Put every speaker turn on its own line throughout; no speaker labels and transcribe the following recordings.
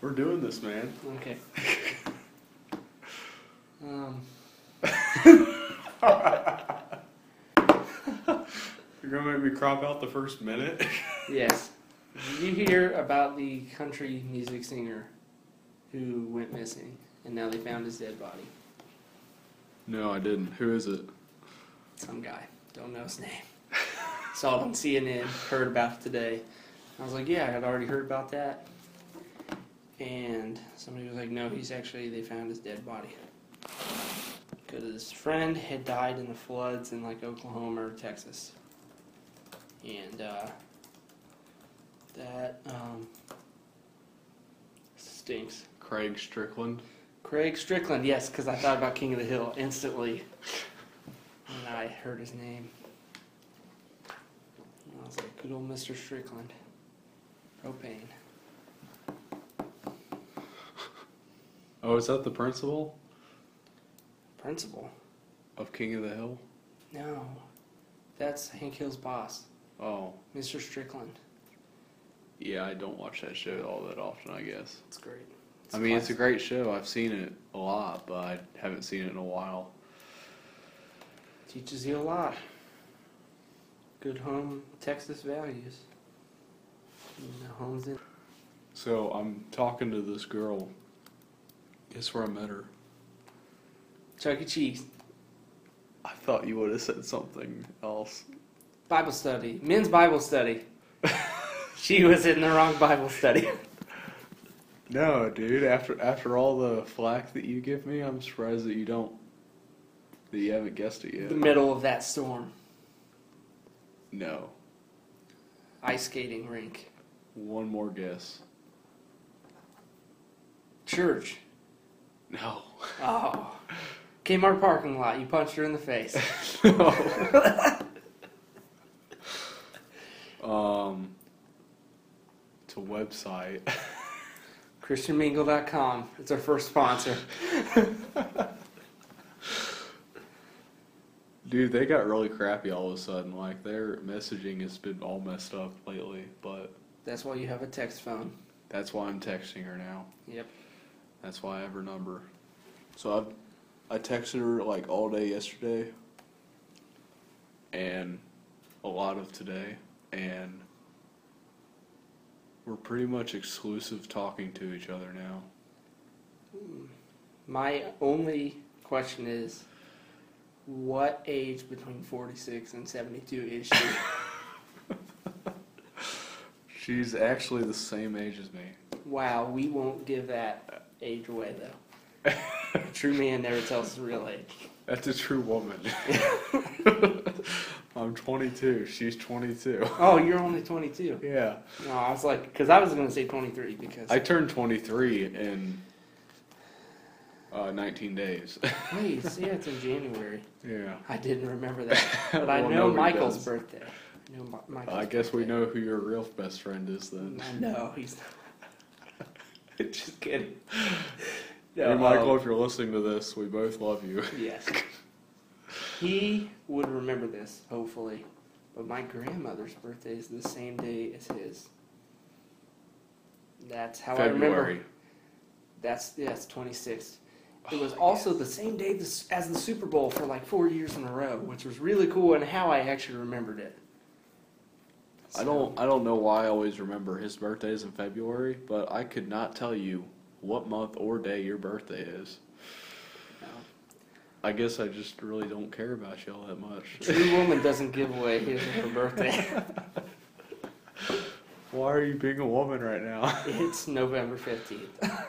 We're doing this, man.
Okay. Um,
You're gonna make me crop out the first minute.
yes. Did you hear about the country music singer who went missing and now they found his dead body?
No, I didn't. Who is it?
Some guy. Don't know his name. Saw it on CNN. Heard about it today. I was like, yeah, I had already heard about that. And somebody was like, no, he's actually, they found his dead body. Because his friend had died in the floods in like Oklahoma or Texas. And uh, that um, stinks.
Craig Strickland.
Craig Strickland, yes, because I thought about King of the Hill instantly when I heard his name. And I was like, good old Mr. Strickland. Propane.
Oh, is that the principal
Principal?
of King of the Hill?
No. That's Hank Hill's boss,
Oh,
Mr. Strickland.
yeah. I don't watch that show all that often. I guess.
It's great.
I mean, it's a
classic.
great show. I've seen it a lot, but I haven't seen it in a while.
Teaches you a lot. Good home Texas values. And the home's in.
So I'm talking to this girl. Guess where I met her?
Chuck E. Cheese.
I thought you would have said something else.
Bible study, men's Bible study. she was in the wrong Bible study.
No, dude. After after all the flack that you give me, I'm surprised that you don't. That you haven't guessed it
The
yet.
middle of that storm,
No.
ice skating rink,
One more guess.
church.
No.
Oh, Kmart parking lot. You punched her in the face.
no. um. It's a website.
ChristianMingle.com. It's our first sponsor.
Dude, they got really crappy all of a sudden. Like their messaging has been all messed up lately, but
That's why you have a text phone.
that's why I'm texting her now.
Yep.
That's why I have her number. So I've I texted her like all day yesterday and a lot of today and we're pretty much exclusive talking to each other now.
My only question is, what age between 46 and 72 is she?
She's actually the same age as me.
wow, we won't give that age away though. a true man never tells his real age.
That's a true woman. I'm 22. She's 22.
Oh, you're only 22.
Yeah.
No, I was like, because I was going to say 23 because.
I turned 23 in uh, 19 days.
wait, see, it's in January.
yeah.
I didn't remember that. But I
Well,
know
nobody
Michael's
does.
birthday. I know Mi- Michael's
I guess we
birthday.
know who your real best friend is then.
No, he's not. Just kidding. No,
hey, Michael,
um,
if you're listening to this, we both love you.
yes. He would remember this, hopefully. But my grandmother's birthday is the same day as his. That's how I remember
February.
That's yes, 26th. It was also the same day this, as the Super Bowl for like four years in a row, which was really cool and how I actually remembered it.
I don't I don't know why I always remember his birthdays in February, but I could not tell you what month or day your birthday is.
So,
I guess I just really don't care about y'all that
a
much.
True woman doesn't give away his or her birthday.
Why are you being a woman right now?
it's November 15th.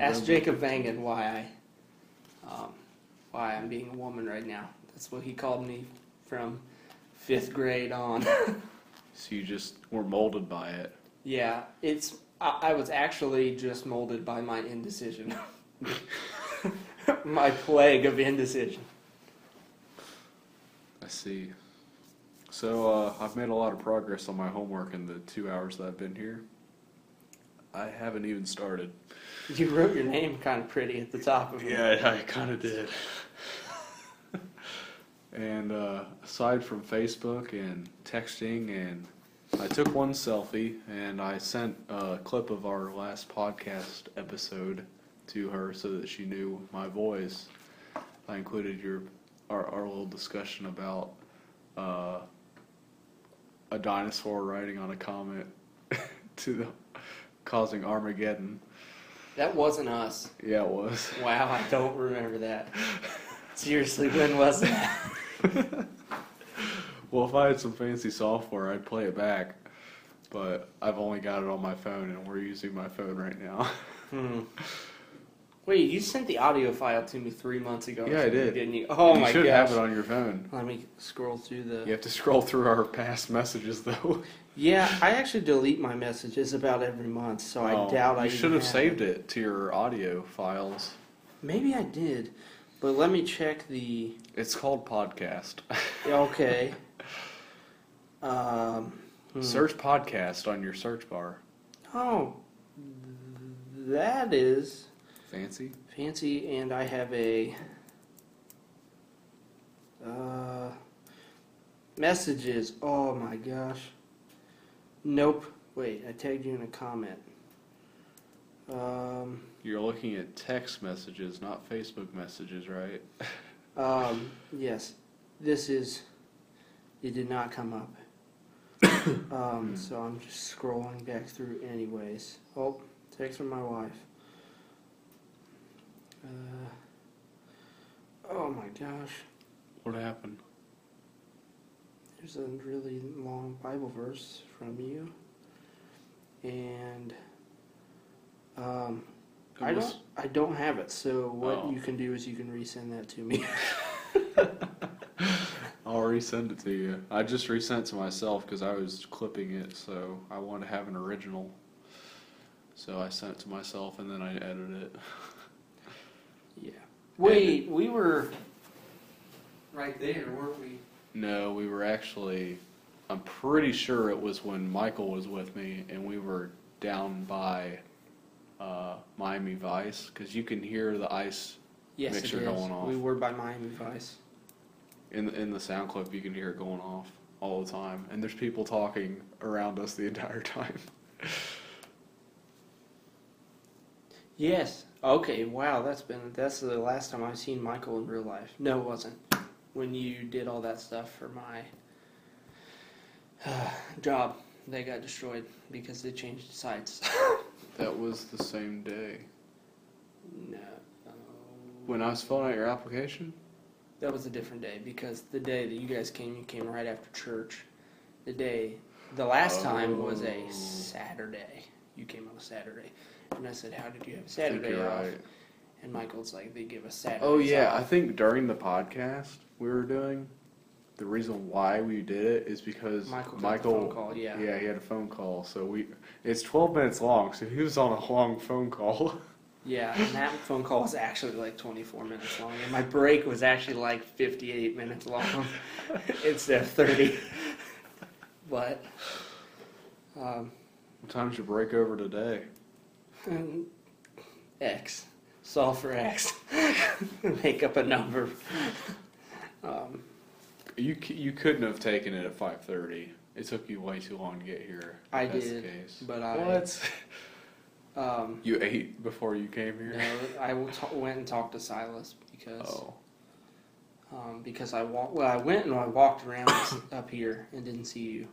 Ask Jacob Vangan why I, um, why I'm being a woman right now. That's what he called me from fifth grade on.
So you just were molded by it.
yeah, it's I, I was actually just molded by my indecision, my plague of indecision.
I see. So uh, I've made a lot of progress on my homework in the two hours that I've been here. I haven't even started.
You wrote your name kind of pretty at the top of it.
Yeah, I kind of did. and uh, aside from Facebook and texting and I took one selfie and I sent a clip of our last podcast episode to her so that she knew my voice. I included your our, our little discussion about uh, a dinosaur riding on a comet to the causing Armageddon.
That wasn't us.
Yeah, it was.
Wow, I don't remember that. Seriously, when was that?
Well, if I had some fancy software, I'd play it back. But I've only got it on my phone, and we're using my phone right now.
Hmm. Wait, you sent the audio file to me three months ago. or
Yeah, I
something,
did.
Didn't you? Oh
you
my
should
gosh.
have it on your phone.
Let me scroll through the.
You have to scroll through our past messages, though.
Yeah, I actually delete my messages about every month, so I doubt I
Oh, Um, You should have saved it to your audio files.
Maybe I did, but let me check the.
It's called podcast.
Okay. um. hmm.
Search podcast on your search bar.
Oh, that is
Fancy?
fancy, and I have a. Uh, messages. Oh my gosh. Nope. Wait, I tagged you in a comment. Um.
You're looking at text messages, not Facebook messages, right?
Um, yes, this is. It did not come up. um, so I'm just scrolling back through, anyways. Oh, text from my wife. Uh, oh my gosh,
What happened?
there's a really long Bible verse from you. And um, I
It was-
don't, I don't have it. So what
Oh.
you can do is you can resend that to me.
I'll resend it to you. I just resent to myself because I was clipping it, so I wanted to have an original. So I sent it to myself and then I edited it.
Yeah. Wait, we were right there, weren't we?
No, we were actually. I'm pretty sure it was when Michael was with me and we were down by uh, Miami Vice because you can hear the ice
Yes,
Mixer
it is.
going off.
We were by Miami Vice.
in the, in the sound clip. You can hear it going off all the time, and there's people talking around us the entire time.
Yes. Okay. Wow, that's been that's the last time I've seen Michael in real life. No, it wasn't. When you did all that stuff for my job, they got destroyed because they changed sites.
That was the same day
no.
when I was filling out your application.
That was a different day because the day that you guys came, you came right after church. The day, the last time was a
Oh.
Saturday. You came on a Saturday, and I said, "How did you have
I think
Saturday
you're
off?"
right.
And Michael's like, "They give us Saturday."
Oh yeah, I think during the podcast we were doing, the reason why we did it is because
Michael
Michael,
got the phone call. Yeah.
yeah. he had a phone call. So we, it's twelve minutes long, so he was on a long phone call.
Yeah, and that phone call was actually like 24 minutes long, and my break was actually like 58 minutes long instead of 30. But um,
what time's your break over today?
Mm. X. Solve for X. Make up a number. Um,
You c- you couldn't have taken it at five thirty. It took you way too long to get here. if
I
that's
did,
The case.
but I-
what?
um,
You ate before you came here.
no, I will ta- went and talked to Silas because
Oh,
um, because I walked. Well, I went and I walked around s- up here and didn't see you,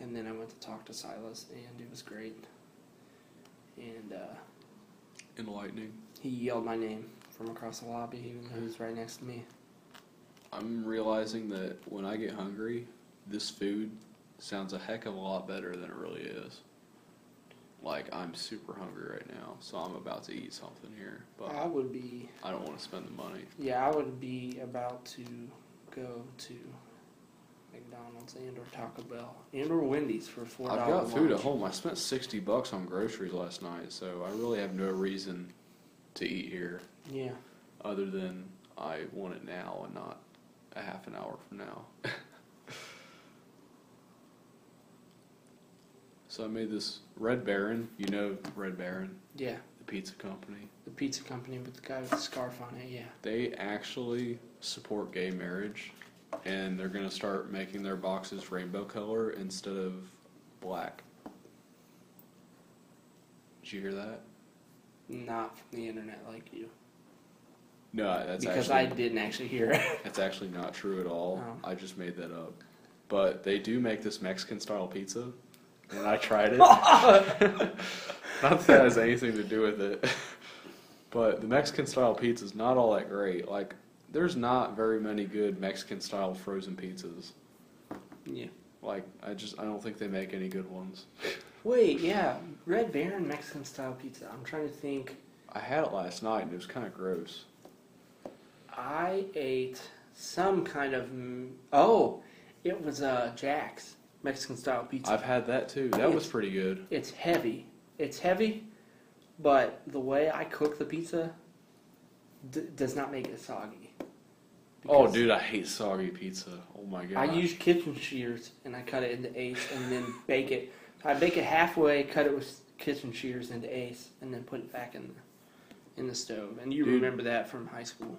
and then I went to talk to Silas, and it was great. And uh,
enlightening.
he yelled my name from across the lobby, even though he was right next to me.
I'm realizing that when I get hungry, this food sounds a heck of a lot better than it really is. Like I'm super hungry right now, so I'm about to eat something here, but
I would be
I don't want to spend the money.
Yeah, I would be about to go to McDonald's and or Taco Bell and or Wendy's for four dollars.
I've got food at home. I spent 60 bucks on groceries last night, so I really have no reason to eat here
Yeah,
other than I want it now and not a half an hour from now. so I made this Red Baron. You know Red Baron,
yeah.
the pizza company.
The pizza company with the guy with the scarf on it. Yeah.
They actually support gay marriage, and they're gonna start making their boxes rainbow color instead of black. Did you hear that?
Not from the internet like you.
No, that's
because
actually
I didn't actually hear it.
that's actually not true at all.
Oh.
I just made that up. But they do make this Mexican style pizza, and I tried it. not that that has anything to do with it. But the Mexican style pizza is not all that great. Like, there's not very many good Mexican style frozen pizzas.
yeah.
Like, I just I don't think they make any good ones.
Wait, yeah. Red Baron Mexican style pizza. I'm trying to think.
I had it last night and it was kind of gross.
I ate some kind of. m- Oh, it was uh, Jack's Mexican style pizza.
I've had that too. That was pretty good.
It's heavy. It's heavy, but the way I cook the pizza d- does not make it soggy.
Oh,
Because
dude, I hate soggy pizza. Oh my god.
I use kitchen shears and I cut it into eighths and then bake it. I bake it halfway, cut it with kitchen shears into eighths, and then put it back in the in the stove. And you
Dude.
remember that from high school?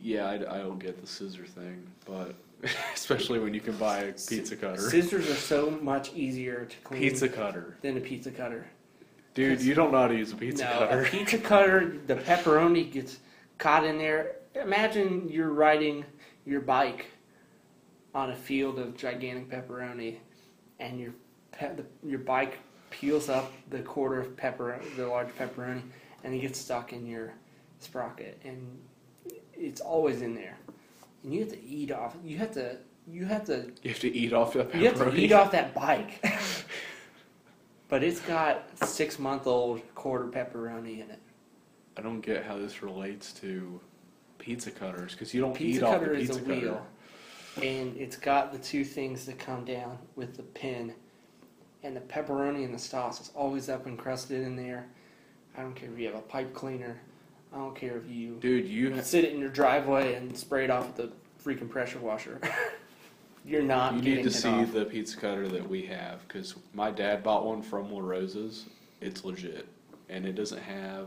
Yeah, I, I don't get the scissor thing, but especially when you can buy a pizza cutter.
Scissors are so much easier to clean
Pizza cutter.
than a pizza cutter.
Dude, you don't know how to use a pizza
no,
cutter.
a pizza cutter, the pepperoni gets caught in there. Imagine you're riding your bike on a field of gigantic pepperoni, and your pe- the, your bike peels up the quarter of pepper, the large pepperoni, and it gets stuck in your sprocket, and it's always in there. And you have to eat off. You have to. You have to
You have to eat off that pepperoni.
you have to eat off that bike. but it's got six month old quarter pepperoni in it.
I don't get how this relates to pizza cutters because you don't
Pizza
eat off the
cutter is
pizza
a
cutter.
wheel. And it's got the two things that come down with the pin. And the pepperoni and the sauce is always up encrusted in there. I don't care if you have a pipe cleaner. I don't care if you
Dude, you ha-
sit it in your driveway and spray it off with the freaking pressure washer. You're not
you
getting
need to
it
see
off.
the pizza cutter that we have because my dad bought one from La Rosa's. It's legit, and it doesn't have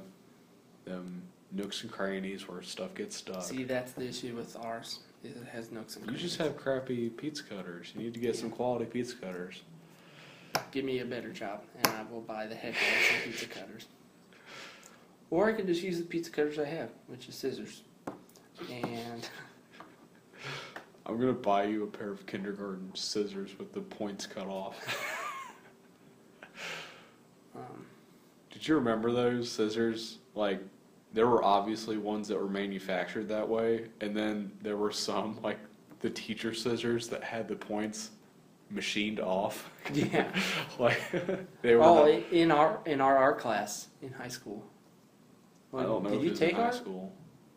them nooks and crannies where stuff gets stuck.
See, that's the issue with ours. Is it has nooks and
You just
crannies.
have crappy pizza cutters. You need to get some quality pizza cutters.
Give me a better job, and I will buy the heck out of some pizza cutters. Or I can just use the pizza cutters I have, which is scissors. And
I'm gonna buy you a pair of kindergarten scissors with the points cut off.
um,
Did you remember those scissors? Like, there were obviously ones that were manufactured that way, and then there were some like the teacher scissors that had the points machined off.
yeah.
like they were.
Oh,
not-
i- in our in our art class in high school.
I don't know.
Did
if
you
it was in
take
high
art?
school?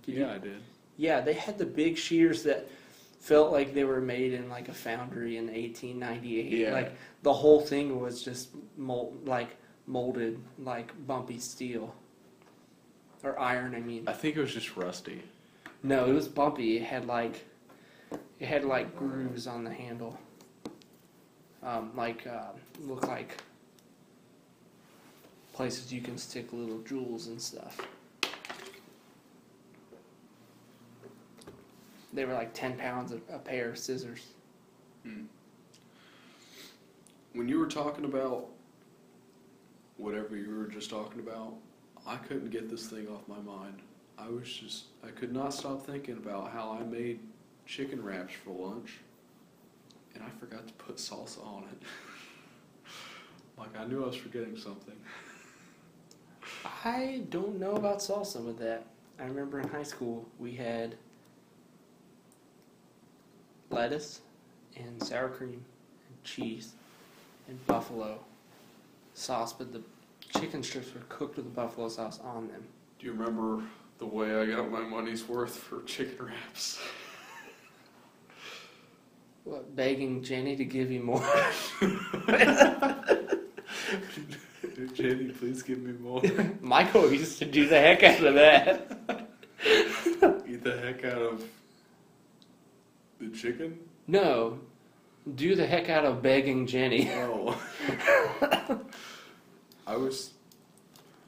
Did
yeah,
you-
I did.
Yeah, they had the big shears that felt like they were made in like a foundry in 1898.
Yeah.
Like the whole thing was just mold, like molded like bumpy steel or iron. I mean.
I think it was just rusty.
No, it was bumpy. It had like, it had like grooves on the handle. Um, like uh, look like places you can stick little jewels and stuff. They were like ten pounds a, a pair of scissors.
Hmm.
When you were talking about whatever you were just talking about,
I couldn't get this thing off my mind. I was just, I could not stop thinking about how I made chicken wraps for lunch and I forgot to put salsa on it. like, I knew I was forgetting something.
I don't know about salsa with that. I remember in high school we had lettuce and sour cream and cheese and buffalo sauce, but the chicken strips were cooked with the buffalo sauce on them.
Do you remember the way I got my money's worth for chicken wraps?
What, begging Jenny to give you more.
Jenny, please give me more.
Michael used to do the heck out of that.
Eat the heck out of the chicken?
No, do the heck out of begging Jenny.
No. I was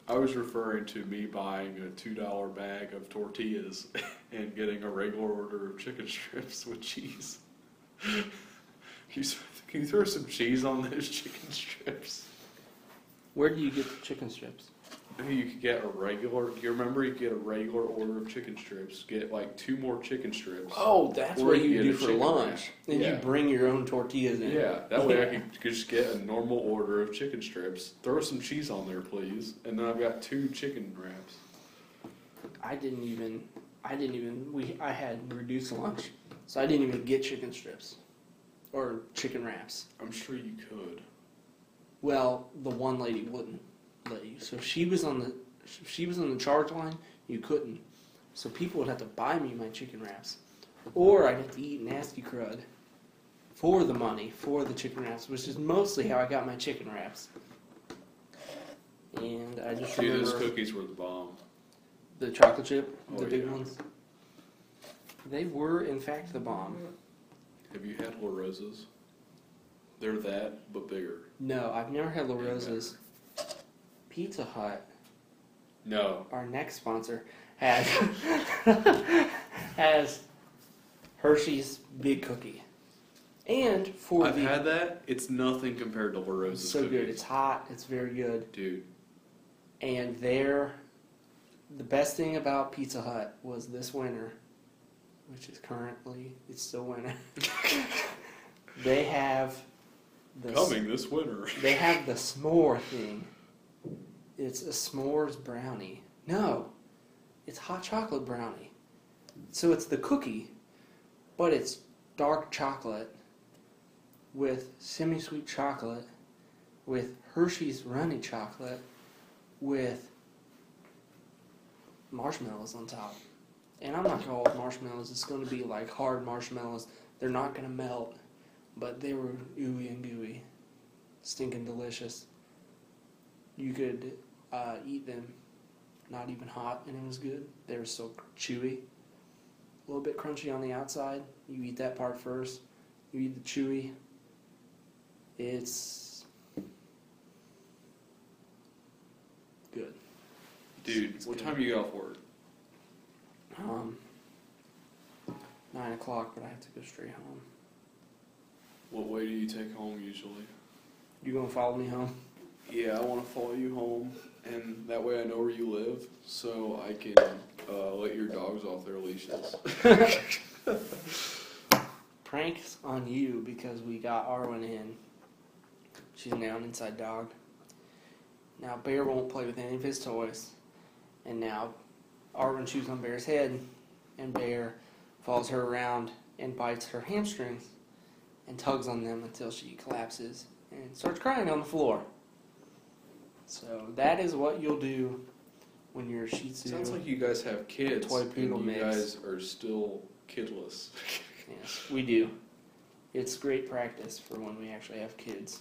I was referring to me buying a two dollar bag of tortillas and getting a regular order of chicken strips with cheese. you start thinking
Can you throw some cheese on those chicken strips?
Where do you get the chicken strips?
Maybe you could get a regular. Do you remember you could get a regular order of chicken strips? Get like two more chicken strips.
Oh, that's
Or
what
you
you
get
do
a
for
chicken
lunch. And you
Yeah.
bring your own tortillas in.
Yeah, that way I could just get a normal order of chicken strips. Throw some cheese on there, please, and then I've got two chicken wraps.
I didn't even. I didn't even. We I had reduced lunch, so I didn't even get chicken strips, or chicken wraps.
I'm sure you could.
Well, the one lady wouldn't let you. So if she was on the if she was on the charge line. You couldn't. So people would have to buy me my chicken wraps, or I'd have to eat nasty crud for the money for the chicken wraps, which is mostly how I got my chicken wraps. And I just
Dude,
remember
those cookies were the bomb.
the chocolate chip, the
Oh,
big
yeah.
ones. They were in fact the bomb.
Have you had La Rosa's? They're that, but bigger.
No, I've never had La Rosa's. Pizza Hut,
No.
our next sponsor, has has Hershey's Big Cookie, and for
I've
the
had that. It's nothing compared to La Rosa's
it's so
cookies.
good. It's hot. It's very good.
Dude,
And there, the best thing about Pizza Hut was this winter, which is currently it's still winter. they have the s-
coming this winter.
They have the s'more thing. It's a s'mores brownie. No, it's hot chocolate brownie. So it's the cookie, but it's dark chocolate with semi sweet chocolate, with Hershey's runny chocolate, with marshmallows on top. And I'm not going with marshmallows. It's going to be like hard marshmallows. They're not going to melt, but they were ooey and gooey stinking delicious. You could uh, eat them, not even hot, and it was good. They were so chewy, a little bit crunchy on the outside. You eat that part first. You eat the chewy. It's good.
Dude,
It's
what
good.
time you get off work?
Um, nine o'clock, but I have to go straight home.
What way do you take home usually?
You gonna follow me home?
Yeah, I want to follow you home, and that way I know where you live, so I can uh, let your dogs off their leashes.
pranks on you because we got Arwen in. She's now an inside dog. Now Bear won't play with any of his toys, and now Arwen chews on Bear's head, and Bear follows her around and bites her hamstrings and tugs on them until she collapses and starts crying on the floor. So that is what you'll do when you're a Shih Tzu.
Sounds like you guys have kids,
Toy
and
poodle
you
mix.
guys are still kidless.
Yes, we do. It's great practice for when we actually have kids,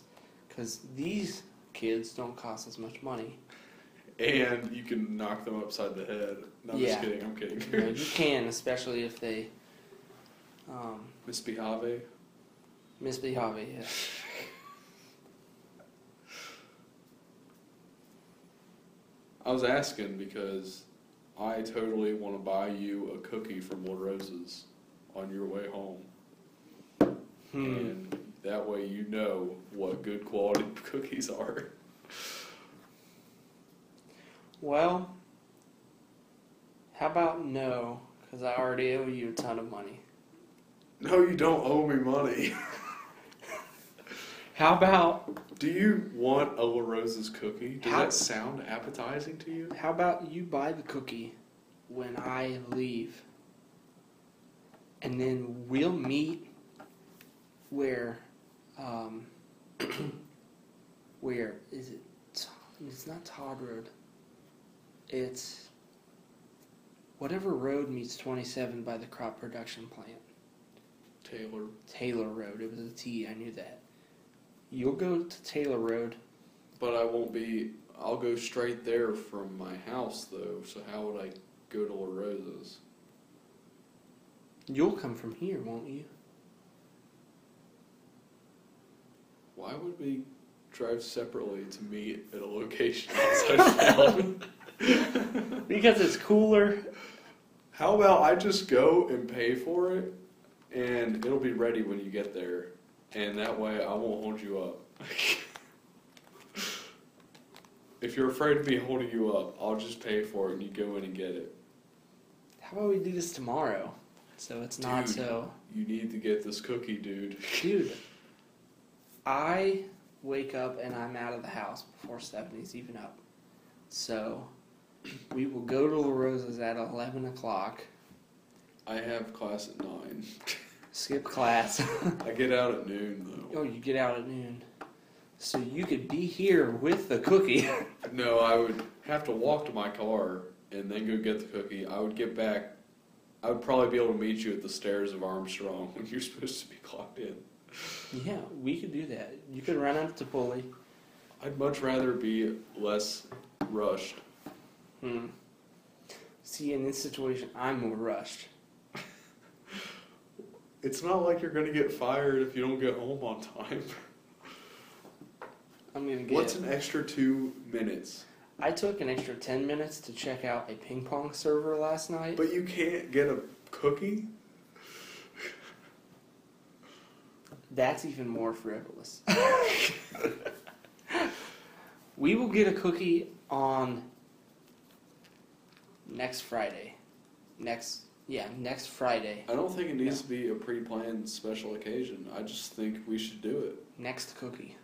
because these kids don't cost as much money.
And you can knock them upside the head. No, I'm
Yeah.
just kidding, I'm kidding.
You, know, you can, especially if they um,
Miss Bihave,
misbehave. Yeah.
I was asking because I totally want to buy you a cookie from La Rosa's on your way home.
Hmm.
And that way you know what good quality cookies are.
Well, how about no? Because I already owe you a ton of money.
No, you don't owe me money.
How about
Do you want a La Rosa's cookie? Does
How-
that sound appetizing to you?
how about you buy the cookie when I leave, and then we'll meet where, um, where is it? T- It's not Todd Road. It's whatever road meets twenty seven by the crop production plant.
Taylor.
Taylor Road. It was a T. I knew that. You'll go to Taylor Road.
But I won't be. I'll go straight there from my house, though. So how would I go to La Rosa's?
You'll come from here, won't you?
Why would we drive separately to meet at a location outside town?
Because it's cooler
How about I just go and pay for it, and it'll be ready when you get there. and that way I won't hold you up. if you're afraid of me holding you up, I'll just pay for it and you go in and get it.
How about we do this tomorrow? So it's not
Dude.
so.
You need to get this cookie, dude.
Dude, I wake up and I'm out of the house before Stephanie's even up. So we will go to La Rosa's at 11 o'clock,
I have class at nine.
skip class.
I get out at noon though.
oh, you get out at noon. So you could be here with the cookie.
No, I would have to walk to my car and then go get the cookie. I would get back. I would probably be able to meet you at the stairs of Armstrong when you're supposed to be clocked in.
yeah, we could do that. You could run out to Pulley.
I'd much rather be less rushed.
Hmm. See, in this situation, I'm more rushed.
It's not like you're gonna get fired if you don't get home on time.
I'm gonna get.
What's an extra two minutes?
I took an extra 10 minutes to check out a ping pong server last night.
But you can't get a cookie?
That's even more frivolous. we will get a cookie on next Friday. Next, yeah, next Friday.
I don't think it needs to be a pre planned special occasion. I just think we should do it.
Next cookie.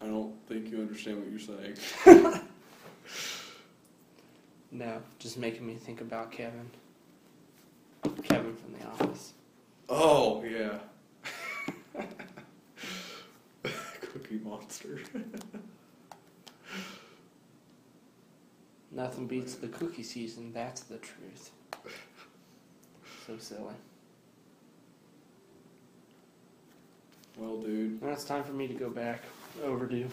I don't think you understand what you're saying.
No, just making me think about Kevin. Kevin from the office.
Oh, yeah. cookie monster.
Nothing beats the cookie season, that's the truth. So silly.
Well, dude.
Now it's time for me to go back. Overdue.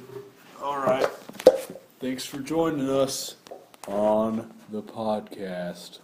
Alright. Thanks for joining us on the podcast.